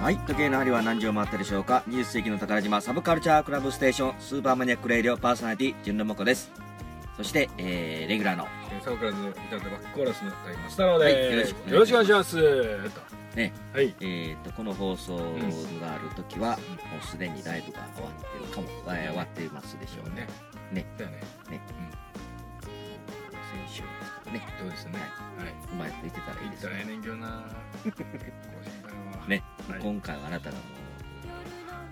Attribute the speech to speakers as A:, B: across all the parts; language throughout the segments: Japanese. A: はい時計の針は何時を回ったでしょうか20世紀の宝島サブカルチャークラブステーションスーパーマニアックレイディオパーソナリティ純もこですそして、えー、レギュラーの
B: えーサブクラズのギターとバックコーラスのタイマスタロー
A: はいよろ
B: で
A: し
B: す、
A: く
B: よろしくお願いします
A: ね
B: はい
A: えー、とこの放送がある時は、もうすでにライブが終わってるかも、えー終わってますでしょうね
B: ね
A: ね
B: だよね
A: ね
B: う
A: 先週ですとかね
B: んそうですねはい
A: うんうまいこと言ってたらいい
B: 言
A: で
B: っ
A: す
B: たらええ
A: ね
B: ねんけどな 結構心配だわ
A: ね、
B: はい
A: 今回はあなたがも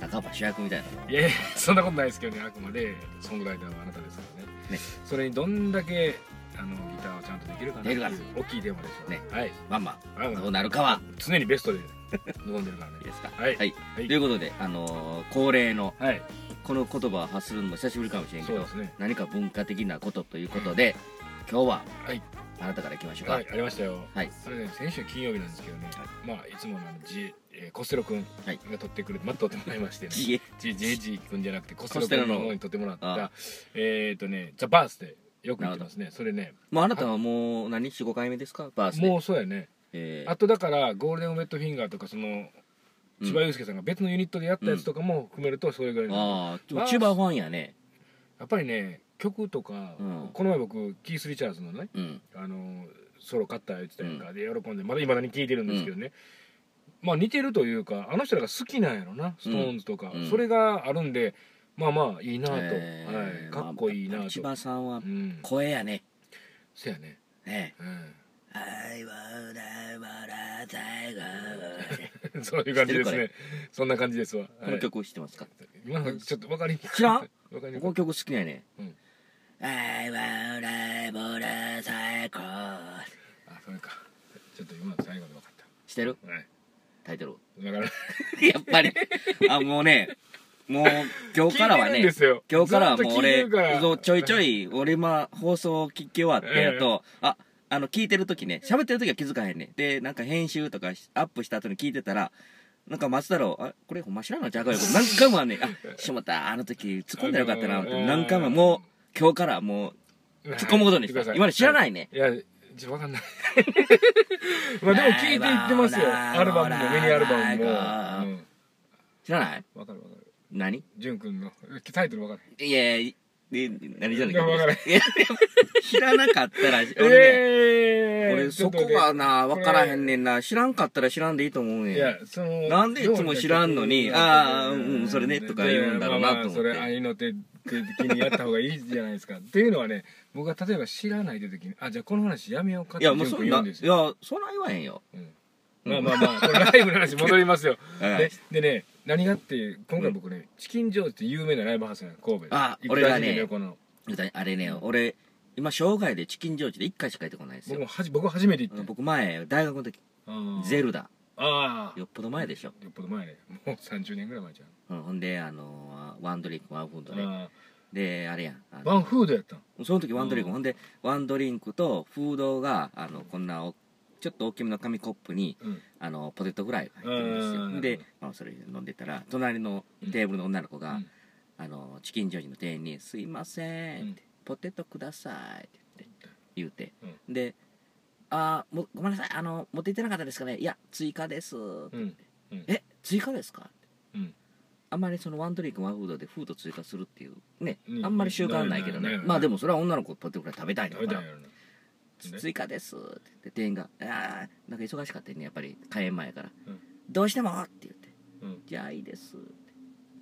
A: う半ば主役みたいなもの
B: いやいやそんなことないですけどねあくまでソングライターはあなたですからね
A: ね
B: それにどんだけあのギターをちゃんとできるかなっていう
A: できる
B: 大きいテーマでしょう
A: ね
B: はい
A: まあま
B: あ
A: あ
B: の
A: どうなるかは
B: 常にベストで臨んでるからね
A: いいですか
B: はい
A: はい
B: は
A: と
B: い
A: いうことで、あのー恒例の
B: はい
A: この言葉を発するのも久しぶりかもしれんけ
B: そう
A: ど
B: ですね
A: 何か文化的なことということで今日は
B: はい
A: あなたからいきましょうか
B: はいありましたよ
A: はい
B: それね先週金曜日なんですけどね、まあいつものあのジえーコステロ君
A: はい
B: が撮ってくれて、まあ撮ってもらいましてね
A: 自衛
B: JG 君じゃなくてコス
A: コステロ
B: テロ
A: の
B: 君の方に撮ってもらっ
A: ああ
B: たえっ、とね「ザ・バースでよく言ってますねそれね
A: もうあなたはもう何45回目ですかバースで
B: もうそうやね
A: えー
B: あとだからゴールデンウェットフィンガーとかその
A: うん
B: 千葉雄介さんが別のユニットでやったやつとかも含めるとそれぐらいの、や
A: ああ
B: バース
A: 千葉ファンやね
B: っぱりね曲とか、
A: うん
B: この前僕キース・リチャーズのね
A: うん
B: あのソロ買った言ってたやんか、で喜んでまだいまだに聴いてるんですけどね、まあ似てるというかあの人らが好きなんやろなストーンズとか、
A: うん
B: それがあるんでまあまあいいなと、
A: えー
B: はい、かっこいいな
A: まあ
B: と、
A: 千葉さんは
B: うん
A: 声やね
B: せやね、
A: ね
B: う
A: 愛はないわら最後
B: ん、 そういう感じです
A: 知ってる
B: ねそんな感じですわ、
A: この曲知ってますか
B: はい、今のちょっと分かりにくい
A: 知らん
B: 分かりに
A: こ
B: くい
A: の曲好きなんやね
B: うん
A: 愛はないわら最高
B: あそれかちょっと今の最後で分かっ
A: してる
B: たはい
A: タイトル
B: だから
A: やっぱり。あ、もうね、もう今日からは
B: 聞いてる
A: ね
B: んで、すよ
A: 今日からはもう
B: ず
A: 俺
B: っと聞いてるから、
A: そうちょいちょい、俺今放送聞き終わってやと、あ、あの、聞いてる時ね、喋ってる時は気づかへんねん。で、なんか編集とかしアップした後に聞いてたら、なんか松太郎、あ、これほんま知らんのちゃうかよ。何回もあんねん。あ、しまった、あの時突っ込んだらよかったな、って何回ももう、今日からもう、突っ込むことにした。今の知らないね。
B: いや、ちょ、わかんない。 まあでも聞いていってますよ。アルバムも、ミニアルバムも。
A: 知らない
B: うんわかるわかる。
A: 何
B: 淳君の、タイトルわかる。
A: いやいや、で何じゃない
B: いやわからん
A: いや知らなかった ら、俺ね、
B: え
A: 俺そこがな、わからへんねんな。知らんかったら知らんでいいと思うねん。
B: いや、その、
A: なんでいつも知らんのにあーうんそれねとか言うんだろうなと思って
B: いやまあまあそれ、愛の手的にやった方がいいじゃないですか。っていうのはね、僕が例えば知らないという時に、あ、じゃあこの話やめようかっ
A: い
B: て
A: や、
B: 淳
A: もうそ
B: 君
A: ん
B: 言う
A: な、
B: ん
A: い
B: ですよ。
A: や、そんなん言わへんよ。
B: うんまあまあまあ、これライブの話戻りますよ。ででね何がって今回僕ね、チキンジョーズっていう有名なライブハウスなの神戸で
A: あ
B: 一
A: 俺がね
B: 般人の横の
A: うんあれね、俺、今、生涯でチキンジョージで1回しか行ってこないんです
B: 僕
A: よ
B: も。はじ僕初めて行
A: うん
B: って
A: 僕前、大学の時、ゼルダ。
B: ああ
A: よっぽど前でしょ。
B: よっぽど前ねもう30年ぐらい前じ
A: うんほんで、あのー、ワンドリンク、ワンフード
B: ゃん、
A: ね。
B: あ
A: で、あれやん。あ
B: あ
A: の
B: バンフードやったん
A: その時ワンドリンク、
B: うん
A: ほんでワンドリンクとフードがあのこんなおちょっと大きめの紙コップに
B: うん
A: あのポテトフライが入ってる
B: うんうんうん
A: んですよで、まあ、それ飲んでたら隣のテーブルの女の子が、
B: うん
A: あのチキンジョージの店員に「すいませ
B: うんん」
A: ポテトください」って言って言うて、
B: う
A: で「あーもごめんなさいあの持って行ってなかったですかねいや追加です」
B: うん
A: え追加ですか?」
B: うん
A: あんまりそのワンドリンクワンフードでフード追加するっていうね、
B: うん
A: あんまり習慣ないけど
B: ない
A: ね
B: ない
A: まあでもそれは女の子ポテトフライ食べたいのか
B: 食べた
A: なん
B: やろなね
A: 追加です」って言って店員が「ああなんか忙しかったよねやっぱり開演前やから、
B: うん
A: どうしても!」って言って
B: うん
A: 「じゃあいいです」って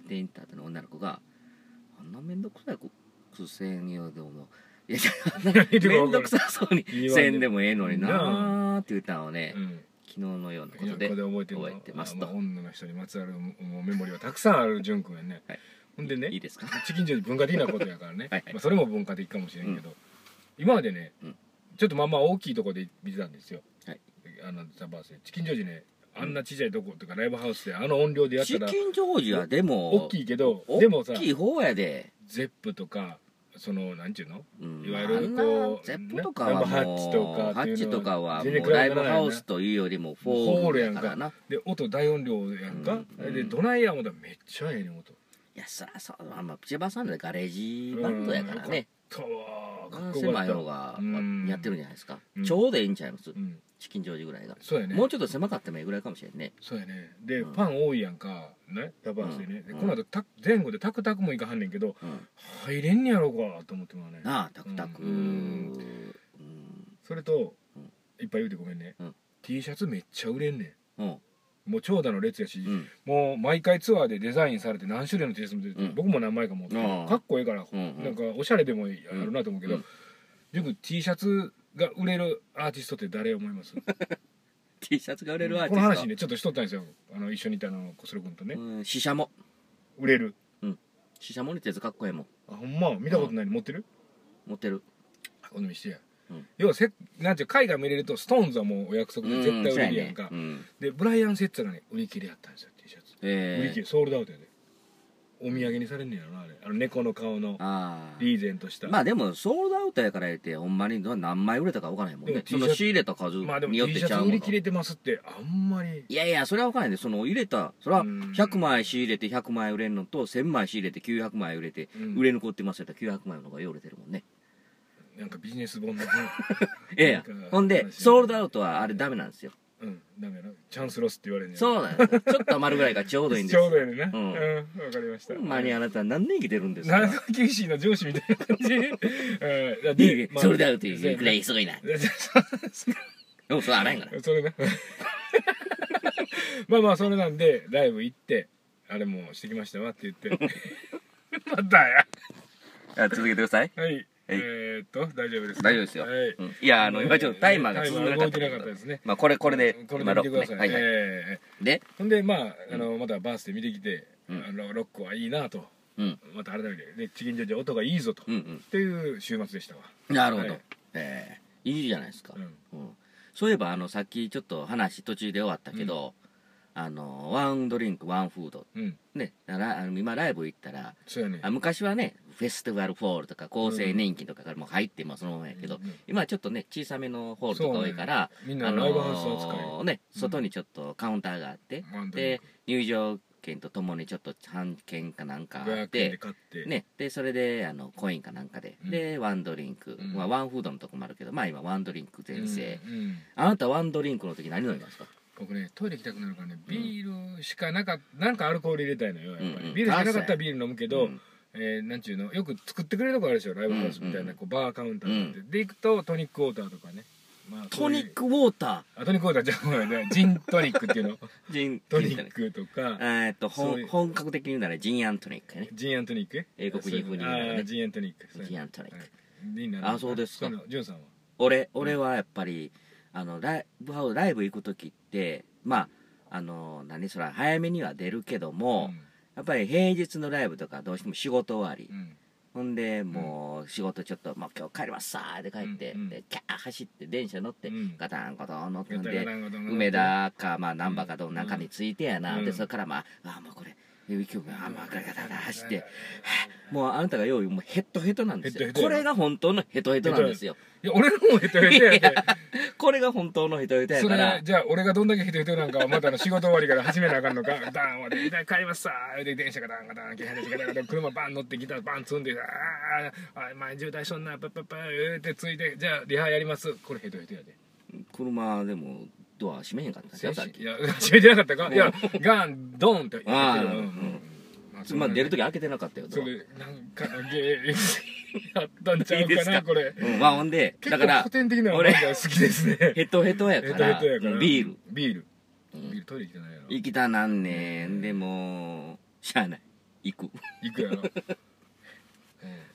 A: 店員と後の女の子が「あんな面倒くさいこ苦戦よでも」い やあんな面倒くさそうに
B: 言わんでも
A: せんでもええのに
B: な
A: なーって言ったのをね、
B: うん
A: 昨日のようなこ
B: い
A: と
B: やこ
A: で
B: れで覚えてるの
A: 覚えてますと
B: あもう女の人にまつわるもうメモリはたくさんある淳君やね、
A: はい
B: ほんでね
A: いいですか
B: チキンジョージ文化的なことやからね
A: はいはい
B: まあ、それも文化的かもしれんけど、今までね、
A: うん
B: ちょっとまあまあ大きいとこで見てたんですよ、
A: はい
B: あのザ・バースでチキンジョージねあんなちっちゃいとことかライブハウスであの音量でやっ
A: チ
B: たら
A: キンジョージはでも
B: 大きいけど
A: 大
B: でもさ
A: きい方やで、
B: ゼップとかそのなんちゅうの
A: うん
B: いわゆるこう
A: あんなゼップとかはもう
B: ねライブハッチとか
A: ハ
B: ってい
A: ッチ
B: うのは
A: とかはも
B: 全然
A: う
B: 比べら
A: ラ
B: れ
A: イ
B: ない
A: ブ
B: よね
A: ハウスというよりもフォールやからな
B: で音大音量やんか、
A: うん
B: でドナイヤーもだめっちゃええね音
A: いやそらそうまあまあプチバさんでガレージバンドやからね
B: とわーかっこよ
A: 狭
B: かっ
A: い
B: た
A: 方が
B: うん
A: やってるんじゃないですか
B: うん
A: ちょうどいいんちゃいます
B: うん
A: チキンジョージぐらいが、
B: そうやね
A: もうちょっと狭かったもいいぐらいかもしれんね
B: そうやねで、
A: うん
B: ファン多いやんかねダバースでね、
A: うん
B: で
A: うん
B: この後た前後でタクタクも行かはんねんけど
A: うん
B: 入れんねやろうかと思ってもね
A: なあタクタク
B: う
A: うんん
B: それと、
A: うん
B: いっぱい言うてごめんね、
A: うん
B: T シャツめっちゃ売れんね
A: うん
B: んもう長蛇の列やし、
A: うん
B: もう毎回ツアーでデザインされて何種類の T シャツも出てて、
A: うん
B: 僕も何枚か持ってる
A: ああ
B: かっこええから、
A: うん
B: なんかおしゃれでもあるなと思うけど、
A: うん
B: よく T シャツが売れるアーティストって誰思います
A: T シャツが売れるアーテ
B: この
A: ィス
B: 話
A: ト
B: ねちょっとしとったんですよあの一緒にいたあの小菅君とね、
A: うんシシャモ
B: 売れる
A: シシャモのってやつかっこええもん
B: あほんま見たことないの持ってる
A: 持ってる
B: 好みしてや、
A: うん
B: 要はせなんていう海外見れるとストーンズはもうお約束で絶対売れるやんか、
A: うんそうねうん
B: でブライアン・セッツァがね売り切れやったんですよ T シャツ、売り
A: え
B: 切
A: え
B: れソールドアウトやでお土産にされんねやろなあれあの猫の顔の
A: ああ
B: リーゼントした
A: まあでもソールドアウトやから言ってほんまに何枚売れたか分からへんもん
B: でも
A: ね
B: T シ
A: そ
B: ャツ
A: の仕入れた数
B: まあでも
A: に
B: T
A: よって
B: シャ
A: ちゃ
B: ツ
A: う
B: 売
A: もの
B: り切れてますってあんまり
A: いやいやそれは分からへんでその入れたそれは
B: うん
A: 100枚仕入れて100枚売れんのと1000枚仕入れて900枚売れて
B: うん
A: 売れ残ってますやったら900枚の方がよう売れてるもんね
B: なんかビジネス 本のね
A: いやいや
B: なんか
A: ほんで
B: 話
A: ソールドアウトはあれダメなんですよ
B: うんダメやなチャンスロスって言われるん
A: そうなんですよちょっと余るぐらいがちょうどいいんです
B: ちょう
A: よ
B: どやねんなう
A: うんん
B: わ、かりました
A: ほんまにあなた何年生きてるんです か
B: なんか厳しいな上司みたいな感じ、 うん
A: い
B: で
A: いね
B: まあ
A: ソールドアウトい
B: そうや
A: う
B: な
A: ぐらいすごいなでもそれはあらへんから
B: それなまあまあそれなんでライブ行ってあれもしてきましたわって言って またや
A: あ続けてください
B: はい、えー、っと大丈夫ですか
A: 大丈夫ですよ
B: はい、
A: うんいやあの今ちょっとタイマーが進んでなかった
B: タイマー動いてなかったですね
A: まあこれこれで
B: これ
A: 今
B: で見て
A: 録
B: ください、
A: ねはいはい
B: え
A: で
B: ーほんでまああのまたバースで見てきて、
A: うん
B: あのロックはいいなと
A: うん
B: また改めてでチキンジョージ音がいいぞと、
A: うん
B: っ
A: うん
B: ていう週末でしたわ、
A: なるほど、
B: はい
A: ええいいじゃないですか、
B: うん
A: うんそういえばあのさっきちょっと話途中で終わったけど、あのワンドリンクワンフード
B: うん、
A: ねだからあの今ライブ行ったら
B: そうやね
A: あ昔はねフェスティバルホールとか厚生年金とかからもう入ってまあそのままやけど、
B: うんうん
A: 今はちょっとね小さめのホールとか多いから、
B: そうねみんな
A: あの
B: ライブハウス扱
A: ーね外にちょっとカウンターがあって、で入場券とともにちょっと半券かなんかあ
B: 500
A: っ
B: 円
A: て
B: で買って、
A: ね、でそれであのコインかなんかで、
B: うん
A: でワンドリンク、
B: うん
A: まあ、ワンフードのとこもあるけどまあ今ワンドリンク全盛、
B: うんうん
A: あなたワンドリンクの時何飲みますか
B: 僕ねトイレ行きたくなるからね
A: うん
B: ビールしかなかなんかアルコール入れたいのよやっぱり、
A: うんうん
B: ビールしかなかったらビール飲むけど、
A: うん
B: えーなんちゅうのよく作ってくれるとこあるでしょライブハウスみたいな、
A: うんうん
B: こうバーカウンターがあって、で行くとトニックウォーターとかね、まあ、
A: トニッ
B: ク
A: クウォータ
B: あトニックウォーターじゃごめ んねジントニックっていうの
A: ージン
B: トニッ
A: ク
B: クと
A: え
B: か
A: ーっと
B: そう
A: 本
B: いう
A: 本格的に言うならジンアントニックやね
B: ジンアントニック
A: 英国人風に言うならね
B: あージンアントニック
A: ジンアントニック
B: ッ
A: あそうですか
B: ジュンさんは
A: 俺俺はやっぱりあのライブハウライブ行く時ってまああの何そら早めには出るけども、やっぱり平日のライブとかどうしても仕事終わり、
B: うんうん
A: ほんでもう仕事ちょっと「もう今日帰りますさ」で帰って、
B: うんうん
A: でキャー走って電車乗って、
B: うん
A: ガタンゴトン乗って
B: ガ
A: ん
B: タ
A: で
B: ガタンゴトンゴトン
A: 梅田かまあ難波かどん中に着いてやな、
B: うん
A: でそれからまあ「ああもうこれ」で勢いがあんまガタガタガタ走って、はあもうあなたがよう言うもうヘッドヘトなんです
B: ヘッドヘ
A: よ
B: トや
A: こ
B: ろ
A: れが本当のヘトヘトなんですよ
B: いや俺のもヘトヘトやで
A: これが本当のヘトヘトや
B: そ
A: から
B: れじゃあ俺がどんだけヘトヘトなんかはまたあの仕事終わりから始めなあかんのかダーンまで帰りますさーで電車がダーンガダンガダンガダンガダン車バン乗ってきたバン積んであーあ前渋滞しとんなパッパッパーってついてじゃあリハやりますこれヘトヘトやで
A: 車でもドア閉めへんかったんですよさっ
B: い
A: き
B: や閉めてなかったかいやガンドーンってやってる
A: あー
B: うんうん
A: まあ出る
B: と
A: 時開けてなかったよ
B: そ
A: ドア
B: れなんかのゲーやったんちゃう
A: いいで
B: か
A: す
B: な
A: か
B: これ
A: うんまあほんで
B: 結
A: だ
B: 構
A: から
B: 古典的なのが
A: 俺
B: 好きですね
A: ヘトヘトや
B: ヘ
A: か
B: トヘ
A: ら
B: トやから
A: ビール
B: ビール
A: うん
B: ビールトイレ行きたないやろ
A: 行きたなんねんでもしゃあない行く
B: 行くやろ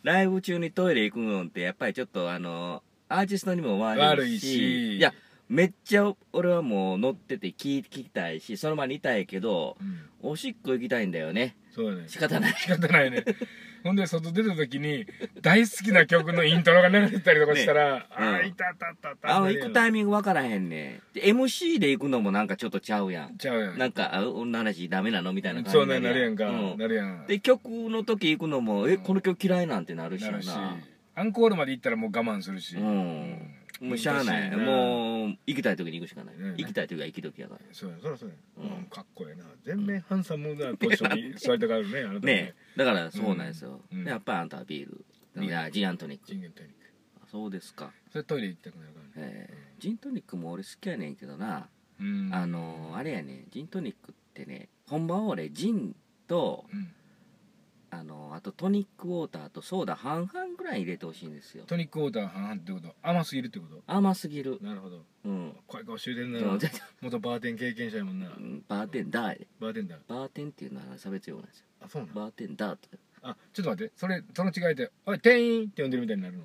A: ライブ中にトイレ行くのってやっぱりちょっとあのアーティストにも悪いし
B: 悪いし
A: いやめっちゃ俺はもう乗ってて聞きたいしその場にいたいけど
B: うん
A: おしっこ行きたいんだよね
B: そうだね
A: 仕方ない
B: 仕方ないねほんで外出た時に大好きな曲のイントロが流れてたりとかしたら、ああ
A: うん
B: いたたたた
A: あの行くタイミングわからへんねんで MC で行くのもなんかちょっとちゃうやん
B: ちゃうやん
A: なんかあ女の話ダメなのみたいな感じ
B: そうねなるやんか、
A: うん
B: なるやん
A: で曲の時行くのもえこの曲嫌いなんてなるし
B: な
A: や
B: るし
A: な
B: アンコールまで行ったらもう我慢するし、
A: うん
B: うん
A: もうしゃあない
B: 難しいな
A: もう行きたい時に行くしかない、
B: うん
A: 行きたい時は行き時やから
B: そうやそらそうや、
A: うん
B: うんかっこええな全面ハンサムなポジションに座りたがるねあなた
A: ねえだからそうなんですよ、
B: うん
A: でやっぱりあんたはビール
B: ビー
A: い
B: ル
A: やジンアントニック
B: 人間トイレ行く
A: そうですか
B: それトイレ行きたくなるからね
A: ええジントニックも俺好きやねんけどな、
B: うん
A: あのーあれやねジントニックってね本場は俺ジンと
B: うん
A: あのーあとトニックウォーターとソーダ半々ぐらい入れてほしいんですよ
B: トニックウォーター半々ってこと甘すぎるってこ
A: 甘すぎる
B: となるほど
A: うん
B: 怖い顔してる
A: で
B: な
A: も 全
B: 元バーテン経験者やもんな
A: 然バーテンダーやで
B: バーテンダー
A: バーテンっていうのは差別用語なんですよ
B: あそうなの
A: バーテンダーとか
B: あちょっと待ってそれその違いで「おい店員!」って呼んでるみたいになるの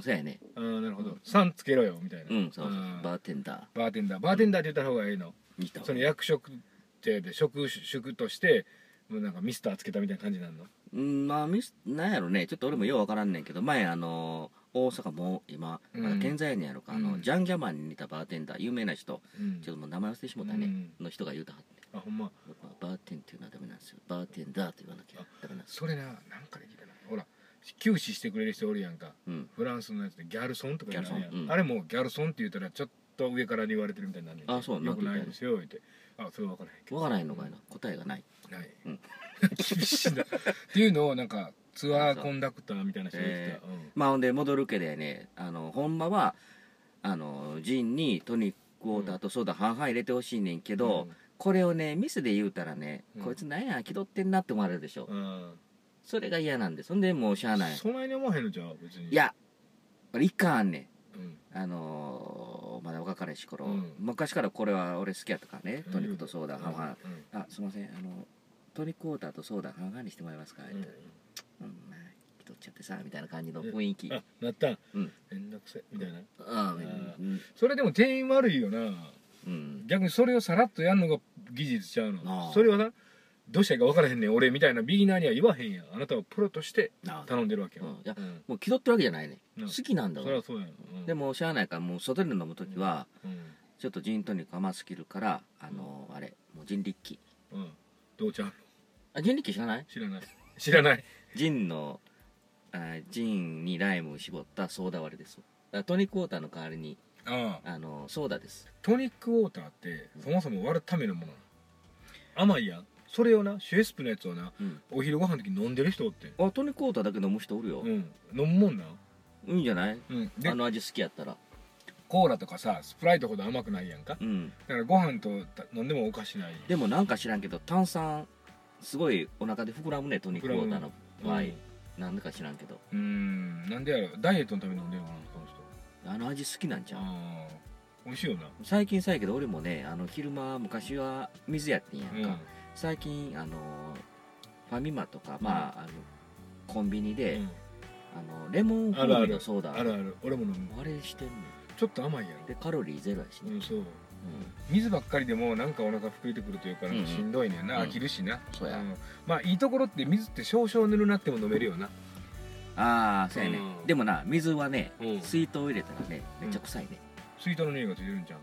A: そうやね
B: あーなるほど「さんつけろよ」みたいな
A: うんそうそうそう
B: あー
A: バーテンダ
B: バーテンダーバーテンダーって言った方がいいの
A: ーいいと
B: その役職ってで職職としてもうなんかミスターつけたみたいな感じになるの
A: うんまあミスなんやろねちょっと俺もようわからんねんけど前あのー大阪もう今まだ健在やねんやろか、あ
B: う
A: の
B: ん
A: ジャンギャマンに似たバーテンダー有名な人
B: うん
A: ちょっともう名前忘れてしもたね、の人が言うたはって
B: あほんま
A: バーテンっていうのはダメなんですよバーテンダーって言わなきゃダメなんですよ
B: それななんかできたなほら休止してくれる人おるやんか
A: うん
B: フランスのやつでギャルソンとか言うのあるや
A: ギャルソンうんん
B: あれもギャルソンって言ったらちょっと上からに言われてるみたいになるねん
A: あそう
B: よくないですよ言ってあそれ分からへんけど
A: わからないのかいな答えがない
B: ない、
A: うん
B: 厳しいなっていうのをなんかツアーコンダクターみたいな人が言ってた、うん
A: まあほんで戻るけどやねあのほんまはあのジンにトニックウォーターとソーダ半々入れてほしいねんけど、これをねミスで言うたらね、
B: うん
A: こいつなんや気取ってんなって思われるでしょ、
B: うん、
A: それが嫌なんでそんでもうしゃあない
B: そないに思わへんのじゃあ別に
A: い、や俺一貫あんねん
B: うん
A: あのーまだ若かりし頃、
B: うん
A: 昔からこれは俺好きやったからねトニックとソーダ半々、
B: うん
A: あすいませんあのトニックウォーターとソーダ半々にしてもらえますか」言ってうんまあ取っちゃってさ」みたいな感じの雰囲気
B: うんあなった
A: うん
B: めんどくせえみたいな
A: あうん
B: それでも店員悪いよな
A: うん
B: 逆にそれをさらっとやるのが技術ちゃう
A: あ
B: の
A: あ
B: それはなどうしたらいいか分からへんねん俺みたいなビギナーには言わへんやんあなたはプロとして
A: あ
B: 頼んでるわけよ、
A: うんいや
B: うん
A: もう気取ってるわけじゃないね
B: うん
A: 好きなんだ
B: それ
A: わ
B: はそうやん、うん
A: で、もしゃあないからもう外で飲む時は
B: うん
A: ちょっとジントニック甘すぎるからあのあれもう人力機
B: うん、どうちゃう
A: あ人力機知らない
B: 知らない 知らない
A: ジンのあジンにライムを絞ったソーダ割りですあトニックウォーターの代わりに
B: ああ
A: あのソーダです
B: トニックウォーターってそもそも割るためのものなの甘いやんそれをなシュエスプのやつをな
A: うん
B: お昼ご飯の時飲んでる人おってん
A: あトニックウォーターだけ飲む人おるよ
B: うん飲むもんな、
A: いいんじゃない
B: うん、で
A: あの味好きやったら
B: コーラとかさスプライトほど甘くないやんか
A: うん
B: だからご飯と飲んでもおかしない
A: でもなんか知らんけど炭酸すごいお腹で膨らむねトニックウォーターの場合、なんでか知らんけど
B: うんうんなんでやろダイエットのために飲んでるのかなこの人
A: あの味好きなんじゃん
B: あー美味しいよな
A: 最近さやけど俺もねあの昼間昔は水やってんやんか、最近あのファミマとか、まああのコンビニで、
B: うん
A: あのレモン
B: ある
A: 風
B: あ
A: 味
B: る
A: のソーダ
B: あるある俺も飲む
A: あれしてんね
B: ちょっと甘いやん
A: んでカロリーゼロやし
B: う
A: ね、
B: んそう
A: う
B: 水ばっかりでもなんかお腹膨れてくるというかなんかしんどいねんな、
A: うん
B: 飽きるしな、
A: そうや
B: んまあいいところって水って少々ぬるなっても飲めるよな、
A: ん、ああそうやね、
B: うん
A: でもな水はね
B: うん
A: 水筒入れたらねめっちゃ臭いね、
B: 水筒の匂いがついてるんじゃん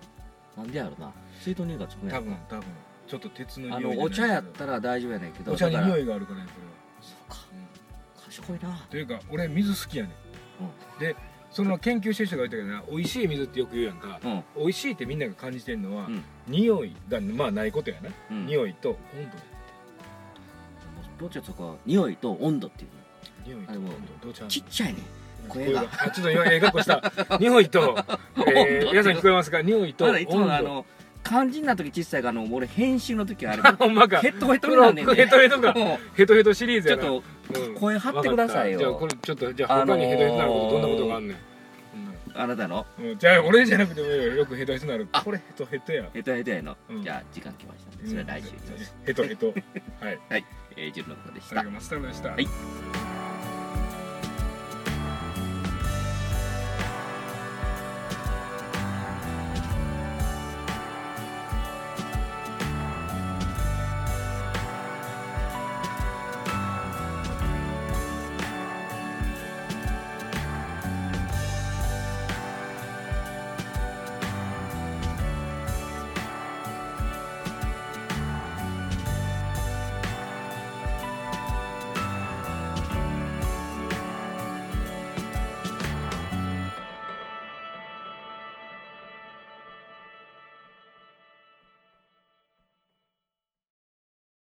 A: なんでやろな水筒にがつくね
B: 多分多分ちょっと鉄の
A: あ
B: 匂い
A: の
B: じゃ
A: お茶
B: ない
A: やったら大丈夫やねんけど
B: お茶に
A: だから
B: 匂いがあるからやそれは
A: そうか
B: うん
A: 賢いな
B: というか俺水好きやねん、でその研究してる人が言ったけどな美味しい水ってよく言うやんか
A: うん
B: 美味しいってみんなが感じてるのは、
A: うん
B: 匂いがまあないことやな、
A: うん
B: 匂いと温
A: どっちやそこ匂いと温度っていう
B: 度匂いと
A: あで
B: 温
A: も
B: 度どうちゃう
A: の
B: の
A: ちっちゃいね声
B: 声
A: が
B: があちょっと今ええ格好した 匂いと、えー皆さん聞こえますか匂いと
A: ただいつものあ
B: 温度
A: の肝心な時小さいからあの俺編集の時あれヘ
B: ほんまか
A: ッドヘッドになんねんね
B: ヘトヘトか
A: も
B: ヘトヘトシリー
A: う
B: ズ
A: ちょ
B: や
A: っ
B: な
A: と
B: うん
A: 声張ってくださいよ
B: わかったじゃあこれちょっとじゃあ他にヘトヘトなることどんなことがあんねん、
A: あなたの
B: うんじゃあ俺じゃなくてもいいよよくヘトヘトなる
A: あ
B: これヘトヘトや
A: ヘトヘトへの
B: うん
A: じゃあ時間来ましたんでそれは来週にします
B: ヘトヘトはい
A: はいえージルのことでし
B: 最
A: た
B: 後マスターでした
A: はい